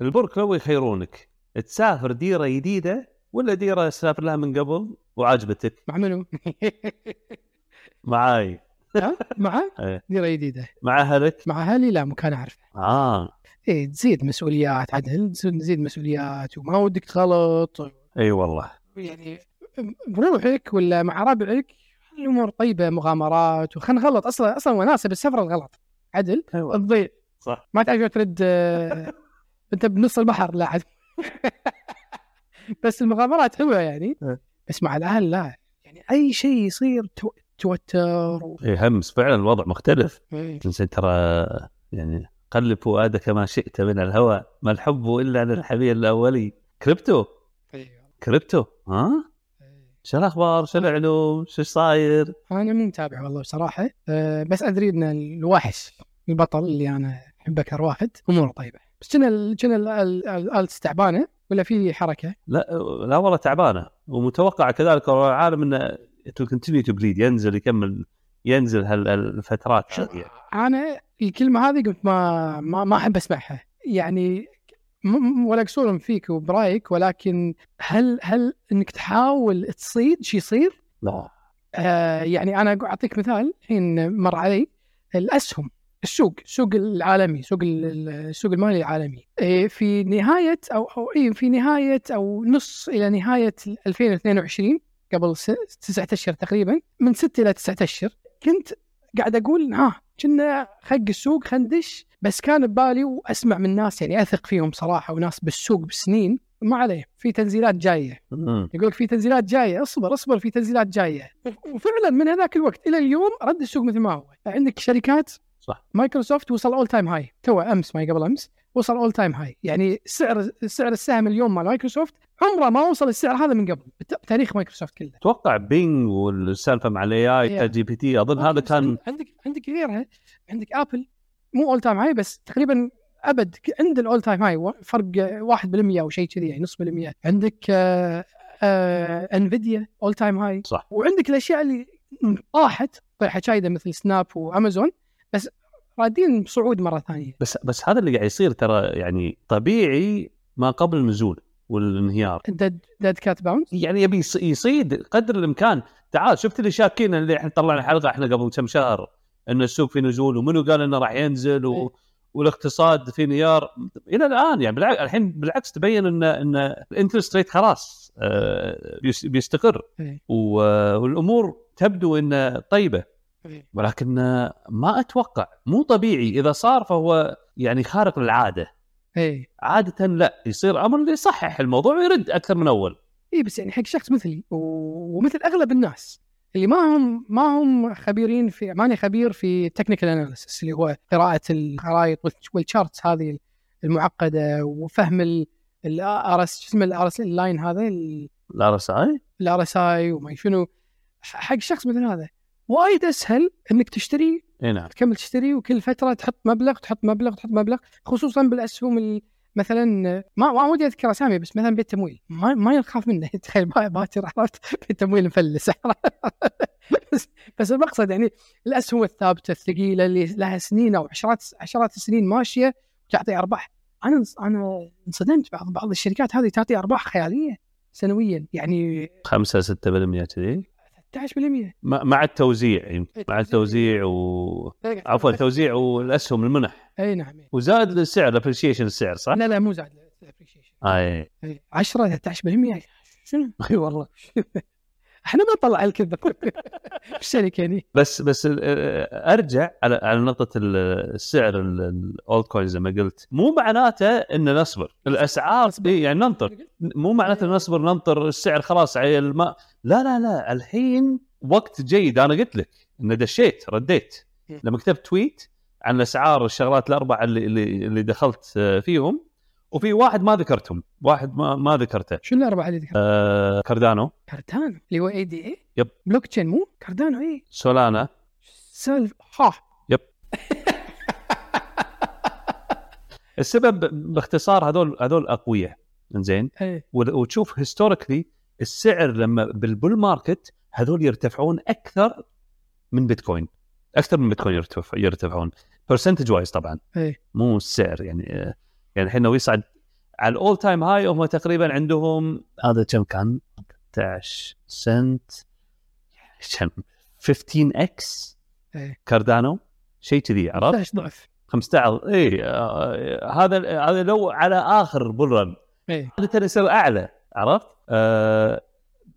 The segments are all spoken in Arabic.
البرك لو يخيرونك تسافر ديره جديده ولا ديره تسافر لها من قبل وعجبتك مع منو؟ معاي ها؟ مع إيه. ديره جديده مع اهلك مع اهلي لا مكان اعرفه اه اي إيه، تزيد مسؤوليات عدل تزيد مسؤوليات وما ودك تغلط اي والله يعني بروحك ولا مع ربعك الامور طيبه مغامرات وخلينا نغلط اصلا اصلا وناسه بالسفره الغلط عدل اي والله تضيع صح ما تعرف شلون ترد آه، انت بنص البحر لا عاد بس المغامرات حلوه يعني إيه. بس مع الاهل لا يعني اي شيء يصير تو- توتر و... اي همس فعلا الوضع مختلف إيه. الانسان ترى يعني قلب فؤادك ما شئت من الهوى ما الحب الا للحبيب الاولي كريبتو إيه. كريبتو ها شو الاخبار شو العلوم شو صاير انا إيه. مو متابع والله بصراحه أه بس ادري ان الوحش البطل اللي انا احبه اكثر واحد اموره طيبه بس كنا ال- كنا ال- ال- الالتس تعبانه ولا في حركه لا لا والله تعبانه ومتوقع كذلك والله العالم انه كونتينيو تو بليد ينزل يكمل ينزل هالفترات شوية. انا الكلمه هذه قلت ما ما, ما احب اسمعها يعني م- م- ولا قصور فيك وبرايك ولكن هل هل انك تحاول تصيد شي يصير؟ لا آه يعني انا اعطيك مثال الحين مر علي الاسهم السوق السوق العالمي سوق ال- ال- السوق المالي العالمي إيه، في نهايه او او اي في نهايه او نص الى نهايه 2022 قبل س- تسعة اشهر تقريبا من ستة الى تسعة اشهر كنت قاعد اقول ها كنا خق السوق خندش بس كان ببالي واسمع من ناس يعني اثق فيهم صراحه وناس بالسوق بسنين ما عليه في تنزيلات جايه مم. يقول لك في تنزيلات جايه اصبر اصبر في تنزيلات جايه وفعلا من هذاك الوقت الى اليوم رد السوق مثل ما هو عندك شركات صح. مايكروسوفت وصل اول تايم هاي تو امس ما قبل امس وصل اول تايم هاي يعني سعر سعر السهم اليوم مال مايكروسوفت عمره ما وصل السعر هذا من قبل بت- بتاريخ مايكروسوفت كله اتوقع بينج والسالفه مع الاي اي Yeah. جي بي تي اظن طيب، هذا بس كان عندك عندك غيرها عندك ابل مو اول تايم هاي بس تقريبا ابد عند الاول تايم هاي و- فرق 1% او شيء كذي يعني نص بالمية عندك آه، آه، انفيديا اول تايم هاي صح وعندك الاشياء اللي طاحت طيحه شايده مثل سناب وامازون بس رادين صعود مره ثانيه بس بس هذا اللي قاعد يصير ترى يعني طبيعي ما قبل النزول والانهيار ديد ديد كات باونس يعني يبي يص- يصيد قدر الامكان تعال شفت اللي شاكين اللي احنا طلعنا حلقه احنا قبل كم شهر ان السوق في نزول ومنو قال انه راح ينزل إيه. و... والاقتصاد في انهيار الى الان يعني بالعكس الحين بالعكس تبين ان ان الانترست ريت خلاص آه، بيس- بيستقر إيه. و- آه، والامور تبدو ان طيبه ولكن آه، ما اتوقع مو طبيعي اذا صار فهو يعني خارق للعاده اي عاده لا يصير امر اللي يصحح الموضوع ويرد اكثر من اول اي بس يعني حق شخص مثلي و- ومثل اغلب الناس اللي ما هم ما هم خبيرين في ماني خبير في تكنيكال اناليسيس اللي هو قراءه الخرائط وال- والشارتس هذه المعقده وفهم الار اس شو اسمه الار اس اللاين هذا ال- لا رسائل الار اس اي وما شنو حق شخص مثل هذا وايد اسهل انك تشتري اي نعم تكمل تشتري وكل فتره تحط مبلغ تحط مبلغ تحط مبلغ خصوصا بالاسهم ال- مثلا ما ما ودي اذكر اسامي بس مثلا بيت تمويل ما ما ينخاف منه تخيل با- باكر عرفت بيت تمويل مفلس بس, بس المقصد يعني الاسهم الثابته الثقيله اللي لها سنين او عشرات عشرات السنين ماشيه وتعطي ارباح انا انا انصدمت بعض بعض الشركات هذه تعطي ارباح خياليه سنويا يعني 5 6% كذي 13% مع مع التوزيع يمكن. مع التوزيع و عفوا توزيع والاسهم المنح اي نعم وزاد السعر الابريشيشن السعر صح؟ آه، إيه. لا لا مو زاد الابريشيشن اي 10 13% شنو اي والله احنا ما نطلع الكذب الشركه يعني بس بس ال- ال- ارجع على على نقطه ال- السعر الاولد كوين زي ما قلت مو معناته ان نصبر الاسعار نصبر. إي، يعني ننطر مو معناته إن نصبر ننطر السعر خلاص على الماء لا لا لا الحين وقت جيد انا قلت لك ان دشيت رديت لما كتبت تويت عن اسعار الشغلات الاربعه اللي اللي, اللي دخلت آه، فيهم وفي واحد ما ذكرتهم واحد ما, ما ذكرته شنو الاربعه اللي ذكرتها؟ آه، كاردانو كاردانو اللي هو اي دي اي يب. بلوك تشين مو كاردانو اي سولانا سالف ها السبب باختصار هذول هذول اقوياء زين إيه. وتشوف هيستوريكلي السعر لما بالبول ماركت هذول يرتفعون اكثر من بيتكوين اكثر من بيتكوين يرتف- يرتفعون برسنتج وايز طبعا إيه. مو السعر يعني آه، يعني الحين لو يصعد على الاول تايم هاي هم تقريبا عندهم هذا كم كان 13 سنت كم 15 اكس إيه. كاردانو شيء كذي عرفت 11 ضعف 15 اي آه، هذا هذا لو على اخر بول رن إيه. عاده يصير اعلى عرفت؟ آه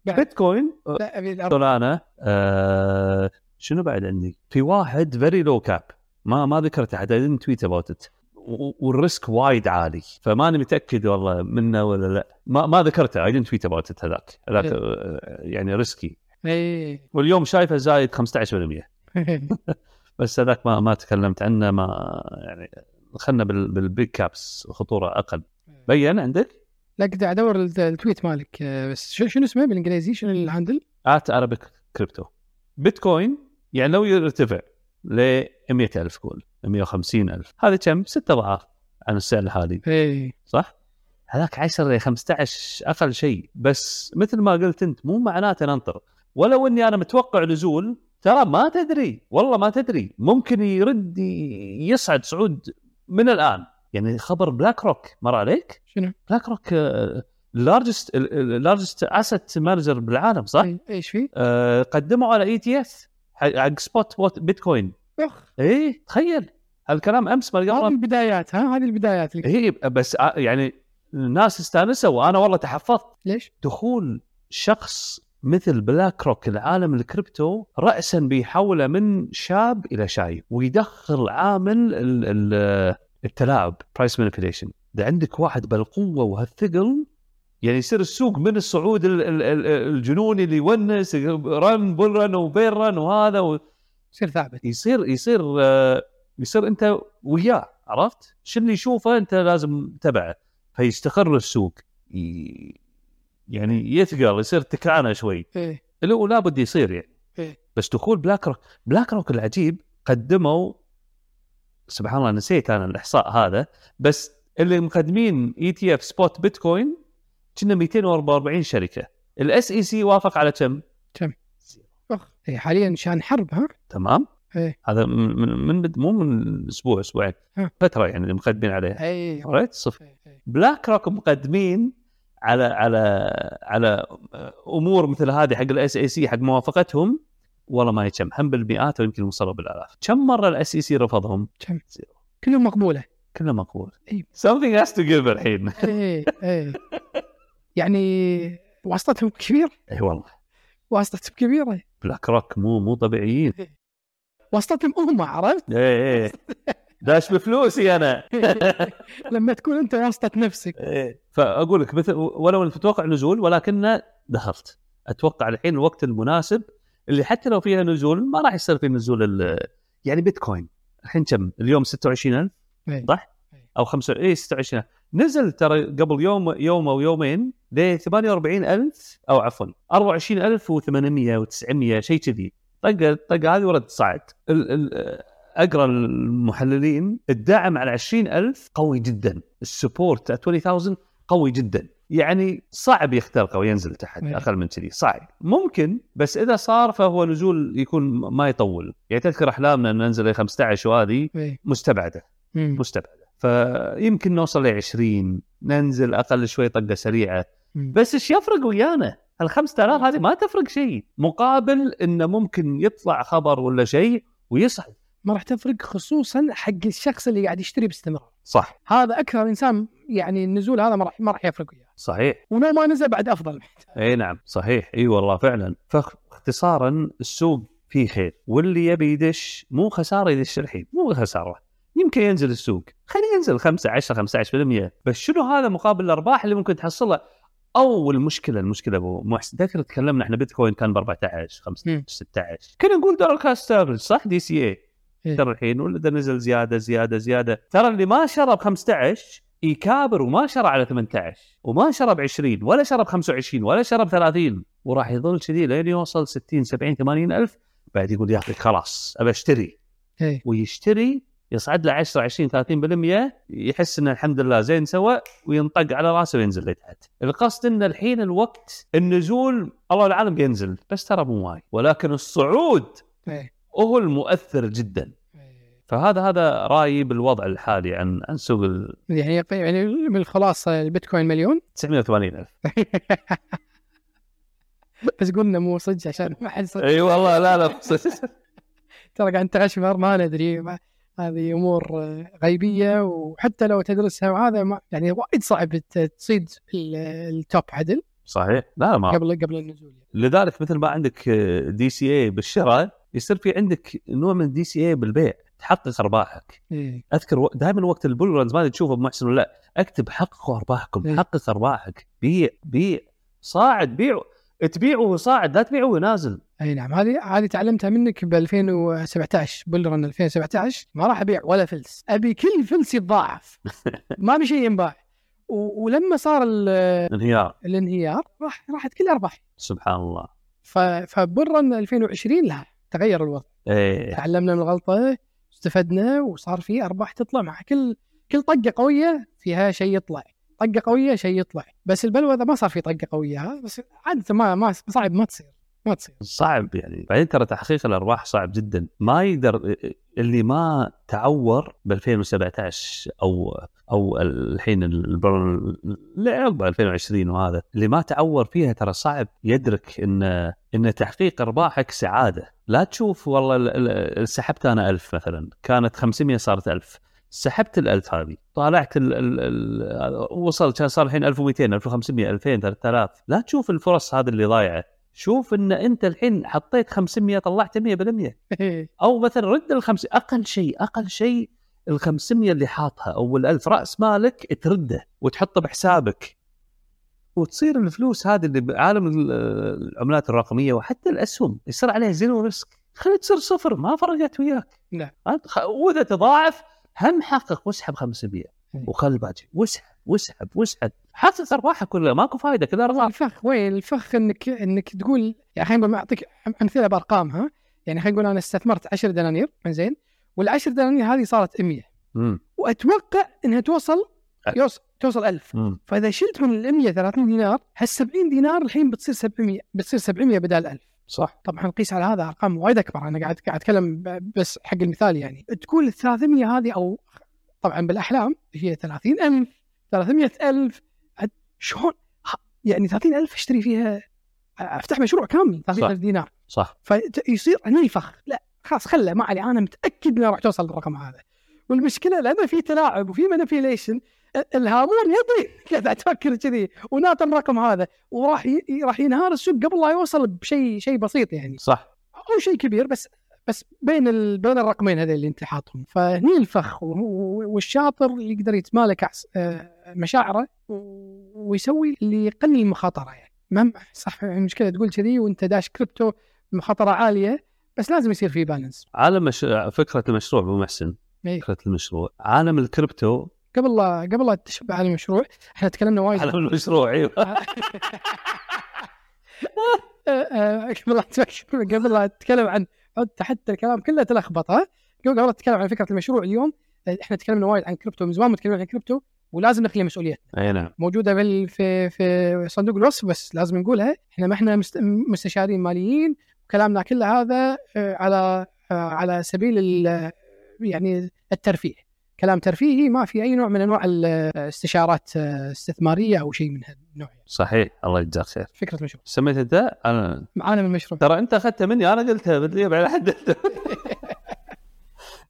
بعد. بيتكوين لا ابي الأربعة. سولانا آه شنو بعد عندي؟ في واحد فيري لو كاب ما ما ذكرته حتى I didn't tweet about it و- والريسك وايد عالي فماني متاكد والله منه ولا لا ما ما ذكرته I didn't tweet about it هذاك هذاك إيه. آه، يعني ريسكي إيه. واليوم شايفه زايد 15% بس هذاك ما ما تكلمت عنه ما يعني خلنا بال- بالبيج كابس خطوره اقل بين عندك لا قاعد ادور الت- التويت مالك آه، بس شو- شنو اسمه بالانجليزي شنو الهاندل؟ ات ارابيك كريبتو بيتكوين يعني لو يرتفع ل 100000 قول 150000 هذا كم؟ ست اضعاف عن السعر الحالي ايه صح؟ هذاك 10 ل 15 اقل شيء بس مثل ما قلت انت مو معناته ننطر ولو اني انا متوقع نزول ترى ما تدري والله ما تدري ممكن يرد ي- يصعد صعود من الان يعني خبر بلاك روك مر عليك؟ آه، شنو؟ بلاك روك اللارجست اللارجست اسيت مانجر بالعالم صح؟ إيه، ايش فيه؟ آه، قدموا على اي تي اف حق سبوت بوت- بيتكوين اخ ايه تخيل هالكلام امس ما هذه لقيته البدايات ها هذه البدايات اللي ايه بس آه، يعني الناس استانسوا وانا والله تحفظت ليش؟ دخول شخص مثل بلاك روك العالم الكريبتو راسا بيحوله من شاب الى شايب ويدخل عامل ال- ال- التلاعب برايس مانيبيوليشن اذا عندك واحد بالقوه وهالثقل يعني يصير السوق من الصعود ال- ال- ال- الجنوني اللي يونس رن بول رن وبين رن وهذا و... يصير ثابت يصير يصير آه، يصير انت وياه عرفت؟ شو اللي يشوفه انت لازم تبعه فيستقر السوق ي- يعني يثقل يصير تكعانه شوي ايه اللي هو لابد يصير يعني إيه. بس دخول بلاك روك بلاك روك العجيب قدموا سبحان الله نسيت انا الاحصاء هذا بس اللي مقدمين E اي تي اف سبوت بيتكوين كنا 244 شركه الاس اي سي وافق E على كم؟ اخ إيه حاليا شان حرب ها؟ تمام إيه. هذا من من- من مو من اسبوع اسبوعين ها. فتره يعني اللي مقدمين عليها اي رايت صفر بلاك روك مقدمين على على على امور مثل هذه حق الاس اي سي حق موافقتهم والله ما هي كم هم بالمئات ويمكن وصلوا بالالاف كم مره الاس اي سي رفضهم كم؟ زيرو. كلهم مقبوله كله مقبول إي. something has to give الحين ايه ايه يعني واسطتهم كبيره اي والله واسطتهم كبيره بلاك روك مو مو طبيعيين واسطتهم هم عرفت؟ اي اي داش بفلوسي انا لما تكون انت واسطه نفسك إيه. فاقول لك مثل ولو اني متوقع نزول ولكن دخلت اتوقع الحين الوقت المناسب اللي حتى لو فيها نزول ما راح يصير في نزول ال- يعني بيتكوين الحين كم اليوم 26000 إيه. صح إيه. او 5 اي 26000 نزل ترى قبل يوم يوم او يومين ل 48000 او عفوا 24800 و900 شيء كذي طق طق هذه ورد صعد ال- ال- اقرا المحللين الدعم على 20000 قوي جدا السبورت 20000 قوي جدا يعني صعب يخترقه وينزل تحت إيه. اقل من كذي صعب ممكن بس اذا صار فهو نزول يكون ما يطول يعني تذكر احلامنا ان ننزل ل 15 وهذه ايه مستبعده مم. مستبعده فيمكن نوصل ل 20 ننزل اقل شوي طقه سريعه مم. بس ايش يفرق ويانا؟ ال 5000 هذه ما تفرق شيء مقابل انه ممكن يطلع خبر ولا شيء ويصعد ما راح تفرق خصوصا حق الشخص اللي قاعد يشتري باستمرار صح هذا اكثر انسان يعني النزول هذا ما راح ما راح يفرق وياه صحيح ولو ما نزل بعد افضل اي نعم صحيح اي والله فعلا فاختصارا السوق فيه خير واللي يبي يدش مو خساره يدش الحين مو خساره يمكن ينزل السوق خليه ينزل 5 10 15% بس شنو هذا مقابل الارباح اللي ممكن تحصلها او المشكله المشكله ابو محسن تذكر تكلمنا احنا بيتكوين كان ب 14 15 مم. 16 كنا نقول دولار كاست افرج صح دي سي اي إيه. ترى الحين ولا ده نزل زياده زياده زياده ترى اللي ما شرى ب 15 يكابر وما شرى على 18 وما شرى ب 20 ولا شرى ب 25 ولا شرى ب 30 وراح يظل كذي لين يوصل 60 70 80 الف بعد يقول يا اخي خلاص ابى اشتري إيه. ويشتري يصعد له 10 20 30% يحس انه الحمد لله زين سوى وينطق على راسه وينزل لتحت. القصد ان الحين الوقت النزول الله العالم بينزل بس ترى مو وايد ولكن الصعود إيه. هو المؤثر جدا فهذا هذا رايي بالوضع الحالي عن عن سوق ال يعني يعني من الخلاصه البيتكوين مليون 980 الف بس قلنا مو صدق عشان ما حد صدق اي والله لا لا بص- ترى قاعد تغشمر ما ندري ما هذه امور آه، غيبيه وحتى لو تدرسها وهذا ما يعني وايد صعب ت- تصيد ال- التوب عدل صحيح لا ما قبل قبل النزول لذلك مثل ما عندك دي سي اي بالشراء يصير في عندك نوع من دي سي اي بالبيع تحقق ارباحك إيه. اذكر دائما وقت البول رانز ما أدري تشوفه بمحسن ولا لا اكتب حققوا إيه. ارباحكم حقق ارباحك بيع بيع صاعد بيع تبيعه وهو صاعد لا تبيعه وهو نازل اي نعم هذه هذه تعلمتها منك ب 2017 بلرن 2017 ما راح ابيع ولا فلس ابي كل فلس يتضاعف ما بي شيء ينباع و- ولما صار ال- انهيار الانهيار راح راحت كل ارباحي سبحان الله ف- فبلرن 2020 لا تغير الوضع ايه تعلمنا من الغلطه استفدنا وصار في ارباح تطلع مع كل كل طقه قويه فيها شيء يطلع طقه قويه شيء يطلع بس البلوى اذا ما صار في طقه قويه ها بس عاده ما ما صعب ما تصير ما تصير صعب يعني بعدين ترى تحقيق الارباح صعب جدا ما يقدر اللي ما تعور ب 2017 او او الحين البرن عقب 2020 وهذا اللي ما تعور فيها ترى صعب يدرك ان ان تحقيق ارباحك سعاده لا تشوف والله ال- ال- ال- سحبت انا 1000 مثلا كانت 500 صارت 1000 سحبت ال 1000 هذه طالعت ال ال ال وصل كان صار الحين 1200 1500 2000 3000 لا تشوف الفرص هذه اللي ضايعه شوف ان انت الحين حطيت 500 طلعت 100% او مثلا رد ال 5 اقل شيء اقل شيء ال 500 اللي حاطها او ال 1000 راس مالك ترده وتحطه بحسابك وتصير الفلوس هذه اللي بعالم ال- العملات الرقميه وحتى الاسهم يصير عليها زيرو ريسك خلي تصير صفر ما فرقت وياك نعم. أنت خ- واذا تضاعف هم حقق واسحب 500 وخل الباقي واسحب واسحب واسحب حقق ارباحك كلها ماكو فائده كلها ارباح الفخ وين الفخ انك انك تقول يعني خلينا نقول اعطيك امثله بارقام ها يعني خلينا نقول انا استثمرت 10 دنانير زين وال10 دنانير هذه صارت 100 مم. واتوقع انها توصل ألف. يوصل توصل 1000 مم. فاذا شلت من ال 100 30 دينار هال 70 دينار الحين بتصير 700 بتصير 700 بدل 1000 صح طبعا قيس على هذا ارقام وايد اكبر انا قاعد قاعد اتكلم ب- بس حق المثال يعني تقول ال 300 هذه او طبعا بالاحلام هي 30000 300000 عد- شلون ه- يعني 30000 اشتري فيها افتح مشروع كامل 30000 دينار صح فيصير هنا يفخ لا خلاص خله ما علي انا متاكد انه راح توصل للرقم هذا والمشكله لانه في تلاعب وفي مانيبيوليشن الهامون يضيع قاعد تفكر كذي وناطر الرقم هذا وراح ي... راح ينهار السوق قبل لا يوصل بشيء شيء بسيط يعني صح او شيء كبير بس بس بين ال... بين الرقمين هذول اللي انت حاطهم فهني الفخ و- و- والشاطر اللي يقدر يتمالك أحس- آه، مشاعره و- ويسوي اللي يقلل المخاطره يعني ما صح المشكله تقول كذي وانت داش كريبتو مخاطره عاليه بس لازم يصير في بالانس عالم مش... فكره المشروع ابو محسن إيه. فكره المشروع عالم الكريبتو قبل لا قبل لا تشبع على المشروع احنا تكلمنا وايد عالم المشروع ايوه آه، آه، قبل لا تفكر قبل لا تتكلم عن حتى- حتى الكلام كله تلخبط ها قبل قبل لا تتكلم عن فكره المشروع اليوم آه، احنا تكلمنا وايد عن كريبتو من زمان متكلمين عن كريبتو ولازم نخلي مسؤوليتنا اي نعم موجوده بال في في صندوق الوصف بس لازم نقولها احنا ما احنا مست- مستشارين ماليين وكلامنا كله هذا آه، على آه، على سبيل ال- يعني الترفيه كلام ترفيهي ما في اي نوع من انواع الاستشارات استثماريه او آه، شيء من هالنوع يعني. صحيح الله يجزاك خير فكره المشروع سميت انت انا معانا من المشروع ترى انت اخذتها مني انا قلتها بدري بعد حد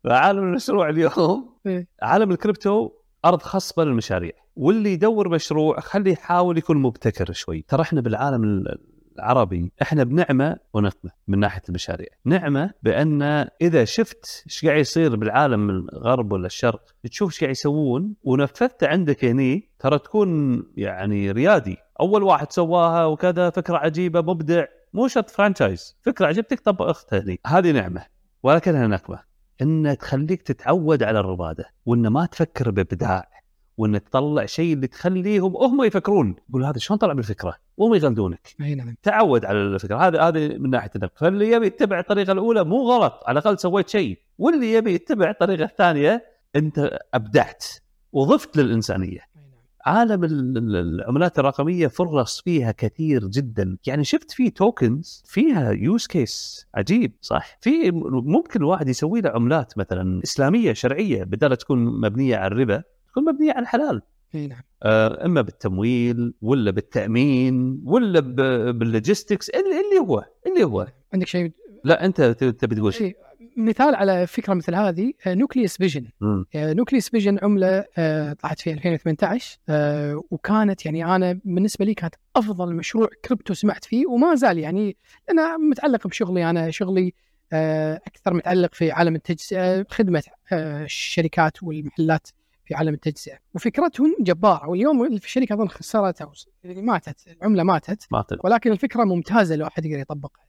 عالم المشروع اليوم إيه. عالم الكريبتو ارض خصبه للمشاريع واللي يدور مشروع خليه يحاول يكون مبتكر شوي ترى احنا بالعالم ال- العربي احنا بنعمه ونقمه من ناحيه المشاريع نعمه بان اذا شفت ايش قاعد يصير بالعالم الغرب ولا الشرق تشوف ايش قاعد يسوون ونفذته عندك هني ترى تكون يعني ريادي اول واحد سواها وكذا فكره عجيبه مبدع مو شرط فرانشايز فكره عجبتك طب اختها هني هذه نعمه ولكنها نقمه ان تخليك تتعود على الرباده وان ما تفكر بابداع وان تطلع شيء اللي تخليهم هم يفكرون يقول هذا شلون طلع بالفكره وهم يغلدونك اي نعم تعود على الفكره هذا هذه من ناحيه النقد فاللي يبي يتبع الطريقه الاولى مو غلط على الاقل سويت شيء واللي يبي يتبع الطريقه الثانيه انت ابدعت وضفت للانسانيه أي نعم. عالم ال- ال- العملات الرقميه فرص فيها كثير جدا يعني شفت في توكنز فيها يوز كيس عجيب صح في م- ممكن الواحد يسوي له عملات مثلا اسلاميه شرعيه بدل لا تكون مبنيه على الربا تكون مبنيه على الحلال اي نعم آه، اما بالتمويل ولا بالتامين ولا ب- باللوجيستكس اللي اللي هو اللي هو عندك شيء لا انت ت- تبي تقول شيء إيه، مثال على فكره مثل هذه آه، نوكليس فيجن مم. نوكليس فيجن عمله آه، طلعت في 2018 آه، وكانت يعني انا بالنسبه لي كانت افضل مشروع كريبتو سمعت فيه وما زال يعني انا متعلق بشغلي انا شغلي آه، اكثر متعلق في عالم التجزئه خدمه آه، الشركات والمحلات في عالم التجزئه وفكرتهم جباره واليوم في الشركه اظن خسرت او يعني ماتت العمله ماتت ما أعتقد. ولكن الفكره ممتازه لو احد يقدر يطبقها.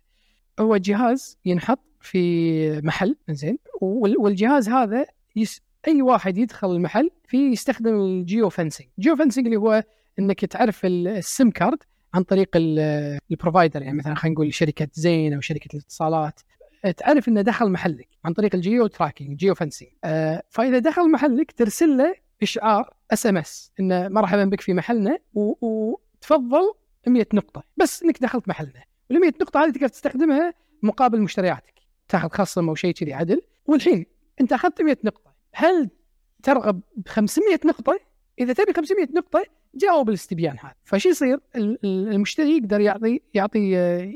هو جهاز ينحط في محل زين وال- والجهاز هذا يس اي واحد يدخل المحل فيه يستخدم الجيو فنسنج، جيو فنسنج اللي هو انك تعرف ال- السم كارد عن طريق ال- البروفايدر يعني مثلا خلينا نقول شركه زين او شركه الاتصالات تعرف انه دخل محلك عن طريق الجيو تراكنج جيو فنسنج آه، فاذا دخل محلك ترسل له اشعار اس ام اس انه مرحبا بك في محلنا و- وتفضل 100 نقطة بس انك دخلت محلنا وال 100 نقطة هذه تقدر تستخدمها مقابل مشترياتك تاخذ خصم او شيء كذي عدل والحين انت اخذت 100 نقطة هل ترغب ب 500 نقطة؟ اذا تبي 500 نقطة جاوب الاستبيان هذا فشو يصير؟ ال- ال- المشتري يقدر يعطي يعطي آه،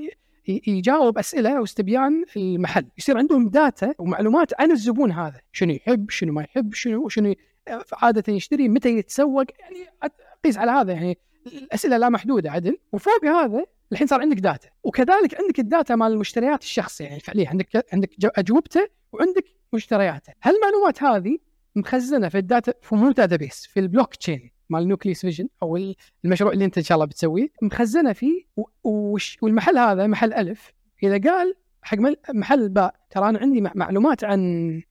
ي- يجاوب اسئله واستبيان المحل يصير عندهم داتا ومعلومات عن الزبون هذا شنو يحب شنو ما يحب شنو شنو آه، عاده يشتري متى يتسوق يعني عاد قيس على هذا يعني الاسئله لا محدوده عدل وفوق هذا الحين صار عندك داتا وكذلك عندك الداتا مال المشتريات الشخص يعني فعليا عندك عندك جو- اجوبته وعندك مشترياته هالمعلومات هذه مخزنه في الداتا في مو داتا بيس في البلوك تشين مال نوكليس فيجن او ال- المشروع اللي انت ان شاء الله بتسويه مخزنه فيه و- وش- والمحل هذا محل الف اذا قال حق مل- محل باء ترى انا عندي مع- معلومات عن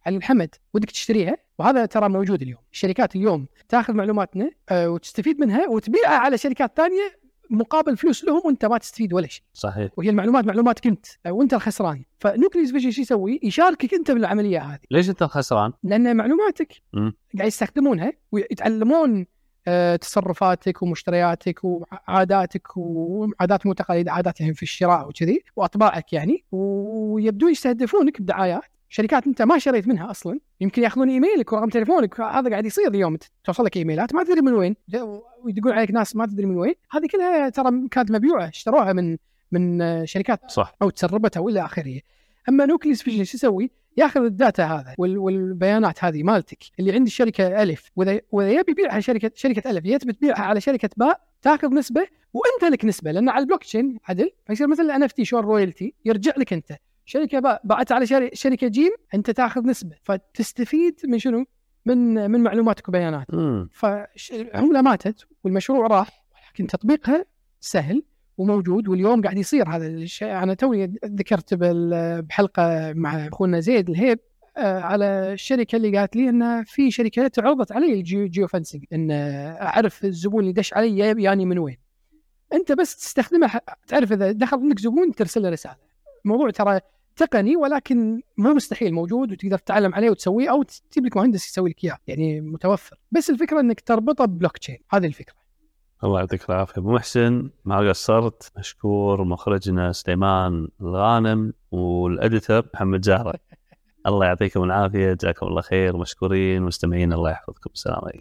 عن الحمد ودك تشتريها وهذا ترى موجود اليوم الشركات اليوم تاخذ معلوماتنا آه، وتستفيد منها وتبيعها على شركات ثانيه مقابل فلوس لهم وانت ما تستفيد ولا شيء صحيح وهي المعلومات معلوماتك انت آه، وانت الخسران فنوكليس فيجن شو يسوي يشاركك انت بالعمليه هذه ليش انت خسران؟ لان معلوماتك مم. قاعد يستخدمونها ويتعلمون آه، تصرفاتك ومشترياتك وعاداتك وعادات مو تقاليد عاداتهم في الشراء وكذي واطباعك يعني ويبدون يستهدفونك بدعايات شركات انت ما شريت منها اصلا يمكن ياخذون ايميلك ورقم تليفونك هذا قاعد يصير اليوم توصل لك ايميلات ما تدري من وين ويدقون عليك ناس ما تدري من وين هذه كلها ترى كانت مبيوعه اشتروها من من آه، شركات صح او تسربتها والى اخره. اما نوكليس فيجن شو يسوي؟ ياخذ الداتا هذا وال- والبيانات هذه مالتك اللي عند الشركه الف واذا واذا يبي يبيعها على شركه شركه الف يبي تبيعها على شركه باء تاخذ نسبه وانت لك نسبه لان على البلوك تشين عدل فيصير مثل الان اف تي شلون رويالتي يرجع لك انت شركه باء باعت على شري- شركه جيم انت تاخذ نسبه فتستفيد من شنو؟ من من معلوماتك وبياناتك. مم. فالعمله ماتت والمشروع راح ولكن تطبيقها سهل وموجود واليوم قاعد يصير هذا الشيء انا توني ذكرت بال- بحلقه مع اخونا زيد الهيب آه، على الشركه اللي قالت لي ان في شركات عرضت علي الجيو جيو فنسنج ان آه، اعرف الزبون اللي دش علي يا- ياني من وين انت بس تستخدمه ح- تعرف اذا دخل عندك زبون ترسل له رساله موضوع ترى تقني ولكن مو مستحيل موجود وتقدر تتعلم عليه وتسويه او تجيب لك مهندس يسوي لك اياه يعني متوفر بس الفكره انك تربطه ببلوك تشين هذه الفكره الله يعطيك العافيه ابو محسن ما قصرت مشكور مخرجنا سليمان الغانم والاديتر محمد جهره الله يعطيكم العافيه جزاكم الله خير مشكورين مستمعين الله يحفظكم السلام عليكم